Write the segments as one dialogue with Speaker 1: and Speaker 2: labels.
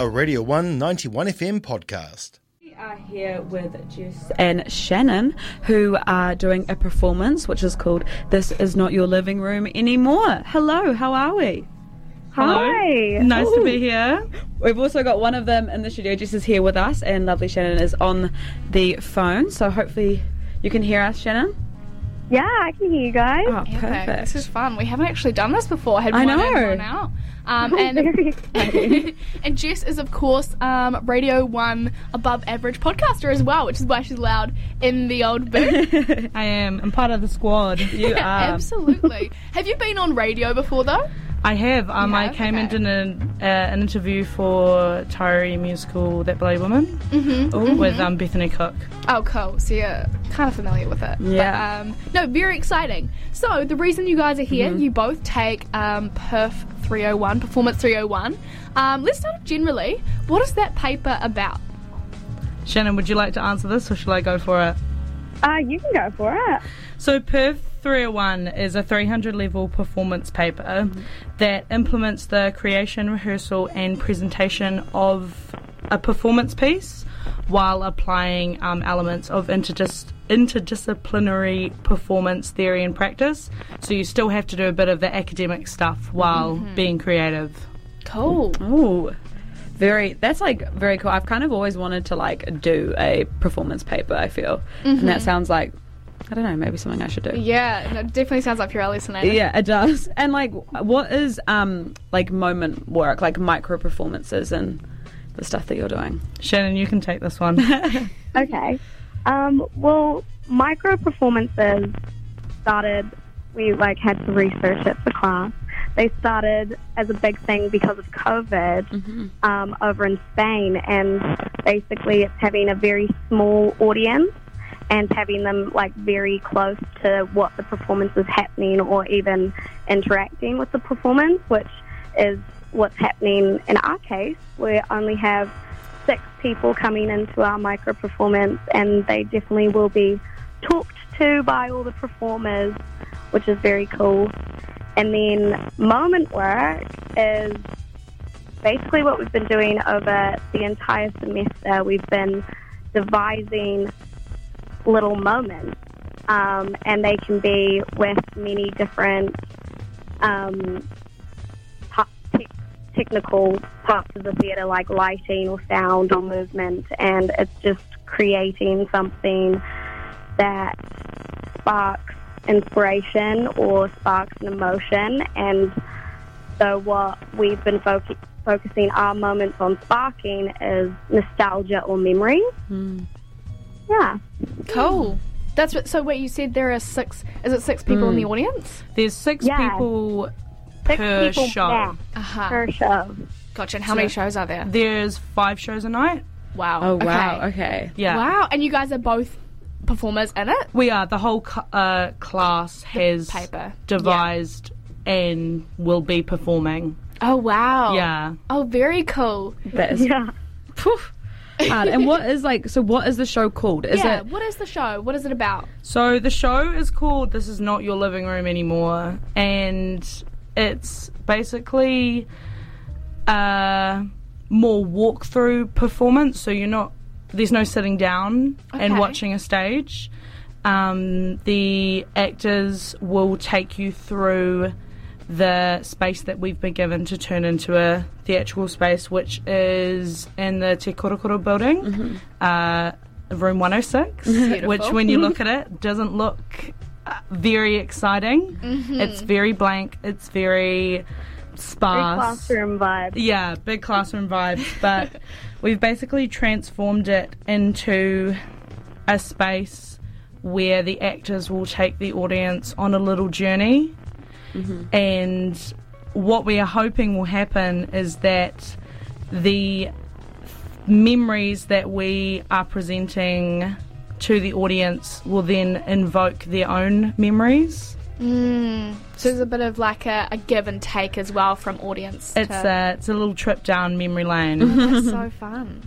Speaker 1: a Radio 191 FM podcast.
Speaker 2: We are here with Jess and Shannon, who are doing a performance which is called This Is Not Your Living Room Anymore. Hello, how are we?
Speaker 3: Hi.
Speaker 2: Nice to be here. We've also got one of them in the studio. Jess is here with us, and lovely Shannon is on the phone. So hopefully you can hear us, Shannon.
Speaker 3: Yeah, I can hear you guys.
Speaker 2: Oh,
Speaker 4: Yeah, though,
Speaker 2: perfect.
Speaker 4: This is fun. We haven't actually done this before. Had
Speaker 2: I
Speaker 4: one
Speaker 2: know. Oh,
Speaker 4: in, one out. Um, and, and Jess is, of course, um, Radio 1 above average podcaster as well, which is why she's loud in the old booth.
Speaker 5: I am. I'm part of the squad.
Speaker 2: you are.
Speaker 4: Absolutely. Have you been on radio before, though?
Speaker 5: I have. Um,
Speaker 4: You
Speaker 5: I
Speaker 4: have?
Speaker 5: came and
Speaker 4: Okay.
Speaker 5: did an, uh, an interview for Tyree musical That Bloody Woman
Speaker 2: Mm-hmm.
Speaker 5: with um, Bethany Cook.
Speaker 4: Oh, cool. So you're kind of familiar with it.
Speaker 2: Yeah. Mm-hmm.
Speaker 4: But, um, no, very exciting. So the reason you guys are here, you both take um, Perf 301, Performance 301. Um, let's start generally. What is that paper about?
Speaker 5: Shannon, would you like to answer this, or shall I go for it?
Speaker 3: Uh, you can go for it.
Speaker 5: So Perv 301 is a 300 level performance paper that implements the creation, rehearsal, and presentation of a performance piece while applying um, elements of interdis- interdisciplinary performance theory and practice. So you still have to do a bit of the academic stuff while
Speaker 3: Mm-hmm.
Speaker 5: being creative.
Speaker 4: Cool.
Speaker 2: Ooh. Very that's like very cool. I've kind of always wanted to like do a performance paper, I feel. And
Speaker 5: Mm-hmm.
Speaker 2: that sounds like I don't know, maybe something I should do.
Speaker 4: Yeah, no, it definitely sounds like you're alley, Sonata.
Speaker 2: Yeah, it does. And like what is um like moment work, like micro performances and the stuff that you're doing?
Speaker 5: Shannon, you can take this one.
Speaker 3: Okay. Um, well, micro performances started, we like had to research it for class. They started as a big thing because of COVID um, over in Spain, and basically it's having a very small audience and having them like very close to what the performance is happening or even interacting with the performance, which is what's happening in our case. We only have six people coming into our micro performance, and they definitely will be talked to by all the performers, which is very cool. And then moment work is basically what we've been doing over the entire semester. We've been devising little moments, um, and they can be with many different um, te- te- technical parts of the theatre, like lighting or sound or movement, and it's just creating something that sparks inspiration or sparks an emotion. And so, what we've been focu- focusing our moments on sparking is nostalgia or memories.
Speaker 5: Hmm.
Speaker 3: Yeah.
Speaker 4: Cool. That's what. So wait, you said there are six. Is it six people in the audience?
Speaker 5: There's six
Speaker 3: Yeah.
Speaker 5: people
Speaker 3: Six
Speaker 5: per
Speaker 3: people
Speaker 5: show.
Speaker 3: back
Speaker 4: Aha.
Speaker 3: per show.
Speaker 4: Uh-huh. Gotcha. And how many shows are there?
Speaker 5: There's five shows a night.
Speaker 4: Wow.
Speaker 2: Oh wow, okay.
Speaker 5: Yeah.
Speaker 4: Wow. And you guys are both performers in it.
Speaker 5: We are. The whole cl- uh, class has
Speaker 4: paper.
Speaker 5: devised and will be performing.
Speaker 4: Oh wow.
Speaker 5: Yeah.
Speaker 4: Oh, very cool.
Speaker 2: That is
Speaker 3: Yeah.
Speaker 2: poof. hard. and what is like so what is the show called? Is
Speaker 4: yeah.
Speaker 2: it
Speaker 4: What is the show? What is it about?
Speaker 5: So the show is called This Is Not Your Living Room Anymore. And it's basically a more walkthrough performance. So you're not, there's no sitting down and
Speaker 4: Okay.
Speaker 5: watching a stage. Um, the actors will take you through the space that we've been given to turn into a theatrical space, which is in the Te Korokoro building, uh, room 106, which when you look at it doesn't look uh, very exciting. It's very blank, it's very sparse.
Speaker 3: Classroom vibe.
Speaker 5: Yeah, big classroom vibes, but we've basically transformed it into a space where the actors will take the audience on a little journey. And what we are hoping will happen is that the memories that we are presenting to the audience will then invoke their own memories.
Speaker 4: So there's a bit of like a, a give and take as well from audience.
Speaker 5: It's uh,
Speaker 4: to,
Speaker 5: a, it's a little trip down memory lane.
Speaker 4: that's so fun.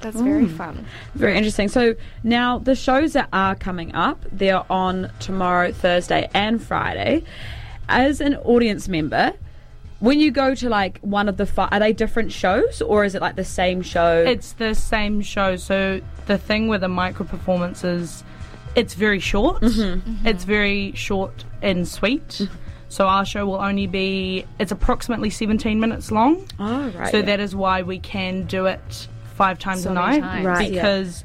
Speaker 4: That's very fun.
Speaker 2: Very interesting. So now the shows that are coming up, they're on tomorrow, Thursday, and Friday. As an audience member, When you go to like one of the fi- are they different shows or is it like the same show?
Speaker 5: It's the same show. So the thing with a micro performance is it's very short.
Speaker 2: Mm-hmm.
Speaker 4: Mm-hmm.
Speaker 5: It's very short and sweet. So our show will only be it's approximately 17 minutes long.
Speaker 2: oh right.
Speaker 5: so
Speaker 2: yeah.
Speaker 5: that is why we can do it five times
Speaker 4: So
Speaker 5: a
Speaker 4: many
Speaker 5: night
Speaker 4: times.
Speaker 2: Right, yeah.
Speaker 5: because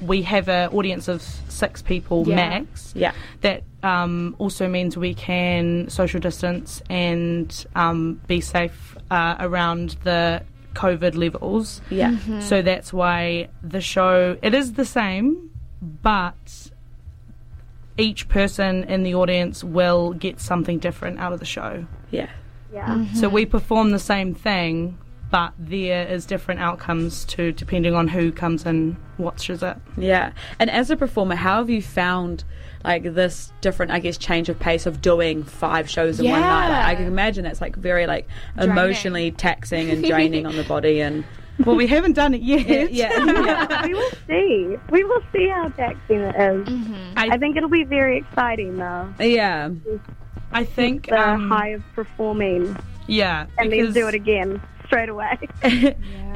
Speaker 5: we have an audience of six people
Speaker 4: Yeah.
Speaker 5: max.
Speaker 2: Yeah.
Speaker 5: That um, also means we can social distance and um, be safe uh, around the COVID levels.
Speaker 2: yeah.
Speaker 3: Hmm.
Speaker 5: So that's why the show it is the same, but each person in the audience will get something different out of the show.
Speaker 2: Yeah.
Speaker 3: Yeah.
Speaker 5: So we perform the same thing, but there is different outcomes to depending on who comes and watches it.
Speaker 2: Yeah. And as a performer, how have you found like this different, I guess, change of pace of doing five shows in one night? Like, I
Speaker 4: Yeah.
Speaker 2: can imagine that's like very like
Speaker 4: Draining.
Speaker 2: emotionally taxing and draining on the body and
Speaker 5: Well, we haven't done it yet.
Speaker 2: yeah.
Speaker 3: we will see. We will see how taxing it is.
Speaker 5: Mm-hmm.
Speaker 3: I think it'll be very exciting, though.
Speaker 2: yeah.
Speaker 5: I think
Speaker 3: The
Speaker 5: um,
Speaker 3: high of performing
Speaker 5: yeah,
Speaker 3: and then
Speaker 5: because
Speaker 3: do it again straight away.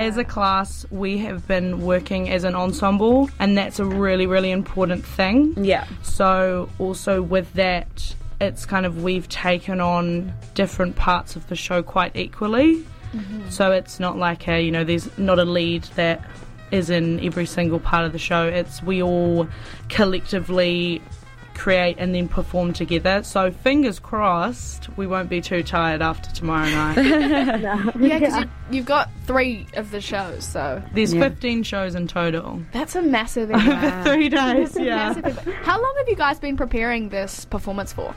Speaker 5: as a class we have been working as an ensemble, and that's a really really important thing.
Speaker 2: Yeah.
Speaker 5: So, also with that, it's kind of we've taken on different parts of the show quite equally. So, it's not like a, you know, there's not a lead that is in every single part of the show. It's we all collectively create and then perform together. So, fingers crossed, we won't be too tired after tomorrow night.
Speaker 4: Yeah, because you, you've got three of the shows, so
Speaker 5: There's
Speaker 2: Yeah.
Speaker 5: 15 shows in total.
Speaker 4: that's a massive. event.
Speaker 5: Three days,
Speaker 4: Massive event. How long have you guys been preparing this performance for?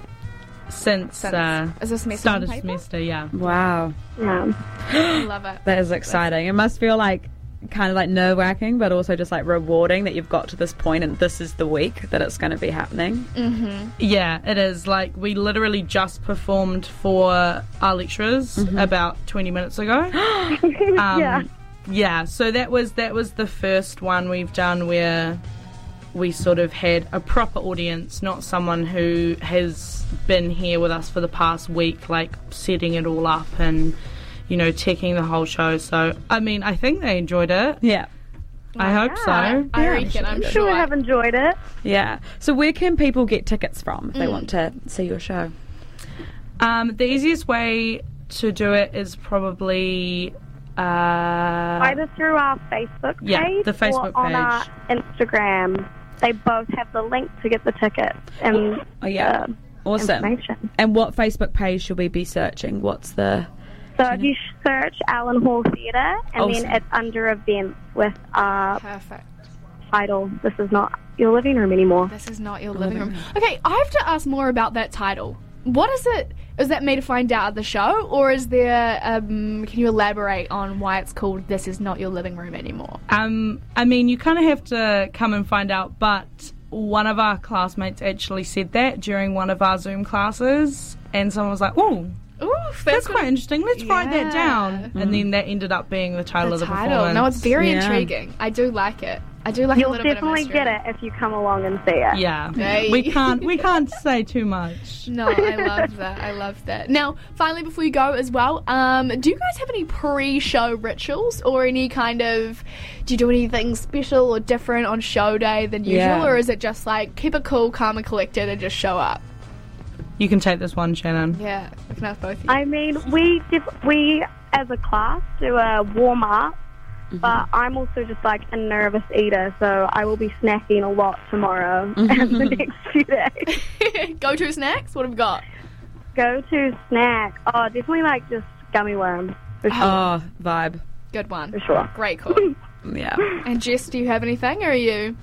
Speaker 5: Since,
Speaker 4: Since
Speaker 5: uh,
Speaker 4: is this semester
Speaker 5: start
Speaker 4: on
Speaker 5: of
Speaker 4: paper?
Speaker 5: semester, yeah.
Speaker 2: Wow.
Speaker 3: Yeah.
Speaker 4: I love it.
Speaker 2: That is exciting. It must feel like kind of like nerve wracking, but also just like rewarding that you've got to this point and this is the week that it's going to be happening.
Speaker 4: Mm.
Speaker 5: Yeah, it is. Like, we literally just performed for our lecturers about 20 minutes ago. um, yeah. so that was that was the first one we've done where we sort of had a proper audience, not someone who has been here with us for the past week, like setting it all up and you know checking the whole show. So I mean, I think they enjoyed it.
Speaker 2: Yeah.
Speaker 5: I hope so.
Speaker 4: I reckon. I'm
Speaker 3: Sure,
Speaker 4: sure.
Speaker 3: have enjoyed it.
Speaker 2: Yeah. So where can people get tickets from if they
Speaker 4: Mm.
Speaker 2: want to see your show?
Speaker 5: Um, the easiest way to do it is probably. Uh,
Speaker 3: Either through our Facebook page
Speaker 5: Yeah, the Facebook
Speaker 3: or on our
Speaker 5: page.
Speaker 3: Instagram. They both have the link to get the tickets and
Speaker 2: Oh yeah.
Speaker 3: um,
Speaker 2: awesome.
Speaker 3: information.
Speaker 2: And what Facebook page should we be searching? What's the
Speaker 3: So if you search Allen Hall Theatre and
Speaker 5: Oh,
Speaker 2: Awesome.
Speaker 3: then it's under events with our
Speaker 4: Perfect.
Speaker 3: title, This Is Not Your Living Room Anymore.
Speaker 4: This is not your living room. Okay, I have to ask more about that title. What is it? Is that me to find out at the show, or is there? Um, can you elaborate on why it's called "This Is Not Your Living Room Anymore"?
Speaker 5: um, I mean, you kind of have to come and find out, but one of our classmates actually said that during one of our Zoom classes, and someone was like, oh,
Speaker 4: Ooh,
Speaker 5: that's quite interesting. Let's write that down. And then that ended up being the title
Speaker 4: The
Speaker 5: of the
Speaker 4: title.
Speaker 5: performance.
Speaker 4: No, it's very
Speaker 2: Yeah.
Speaker 4: intriguing. I do like it. I do like a
Speaker 3: You'll
Speaker 4: little bit of
Speaker 3: definitely
Speaker 4: mystery.
Speaker 3: get it if you come along and see it.
Speaker 5: Yeah.
Speaker 4: Hey.
Speaker 5: We can't we can't say too much.
Speaker 4: No, I love that. I love that. Now, finally, before you go as well, um, do you guys have any pre-show rituals or any kind of? Do you do anything special or different on show day than usual,
Speaker 2: Yeah.
Speaker 4: or is it just like keep it cool, calm and collected, and just show up?
Speaker 5: You can take this one, Shannon.
Speaker 4: Yeah, we can ask both of you.
Speaker 3: I mean, we give, we as a class do a warm up,
Speaker 5: Mm-hmm.
Speaker 3: but I'm also just like a nervous eater, so I will be snacking a lot tomorrow and the next few days.
Speaker 4: Go to snacks. What have we got?
Speaker 3: Go to snack. Oh, definitely like just gummy worms for sure.
Speaker 2: oh vibe?
Speaker 4: Good one.
Speaker 3: for sure.
Speaker 4: Great call.
Speaker 2: Yeah.
Speaker 4: and Jess, do you have anything, or are you?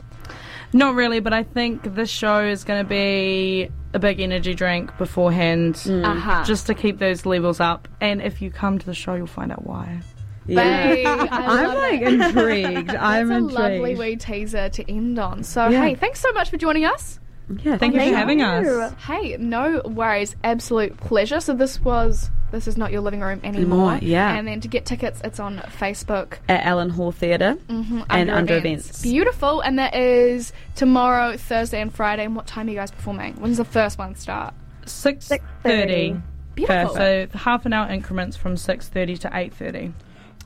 Speaker 5: Not really, but I think this show is going to be a big energy drink beforehand.
Speaker 4: Mm.
Speaker 2: Mm,
Speaker 4: Aha.
Speaker 5: just to keep those levels up. And if you come to the show, you'll find out why.
Speaker 2: Yeah.
Speaker 4: Babe, I
Speaker 2: I'm
Speaker 4: love
Speaker 2: like
Speaker 4: it.
Speaker 2: intrigued. I'm
Speaker 4: That's a
Speaker 2: intrigued.
Speaker 4: lovely wee teaser to end on. So,
Speaker 2: Yeah.
Speaker 4: hey, thanks so much for joining us.
Speaker 2: Yeah,
Speaker 5: Thank you for having us.
Speaker 3: you.
Speaker 4: Hey, no worries. Absolute pleasure. So this was this is not your living room anymore.
Speaker 2: Anymore, yeah.
Speaker 4: And then to get tickets, it's on Facebook
Speaker 2: at Allen Hall Theatre
Speaker 4: Mm-hmm.
Speaker 2: and under events.
Speaker 4: Beautiful. And that is tomorrow, Thursday, and Friday. And what time are you guys performing? When's the first one start?
Speaker 5: Six
Speaker 3: 6:30.
Speaker 5: thirty.
Speaker 4: Beautiful.
Speaker 5: So half an hour increments from 6:30 to 8:30.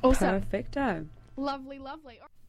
Speaker 4: Awesome.
Speaker 2: Perfecto.
Speaker 4: Lovely, lovely.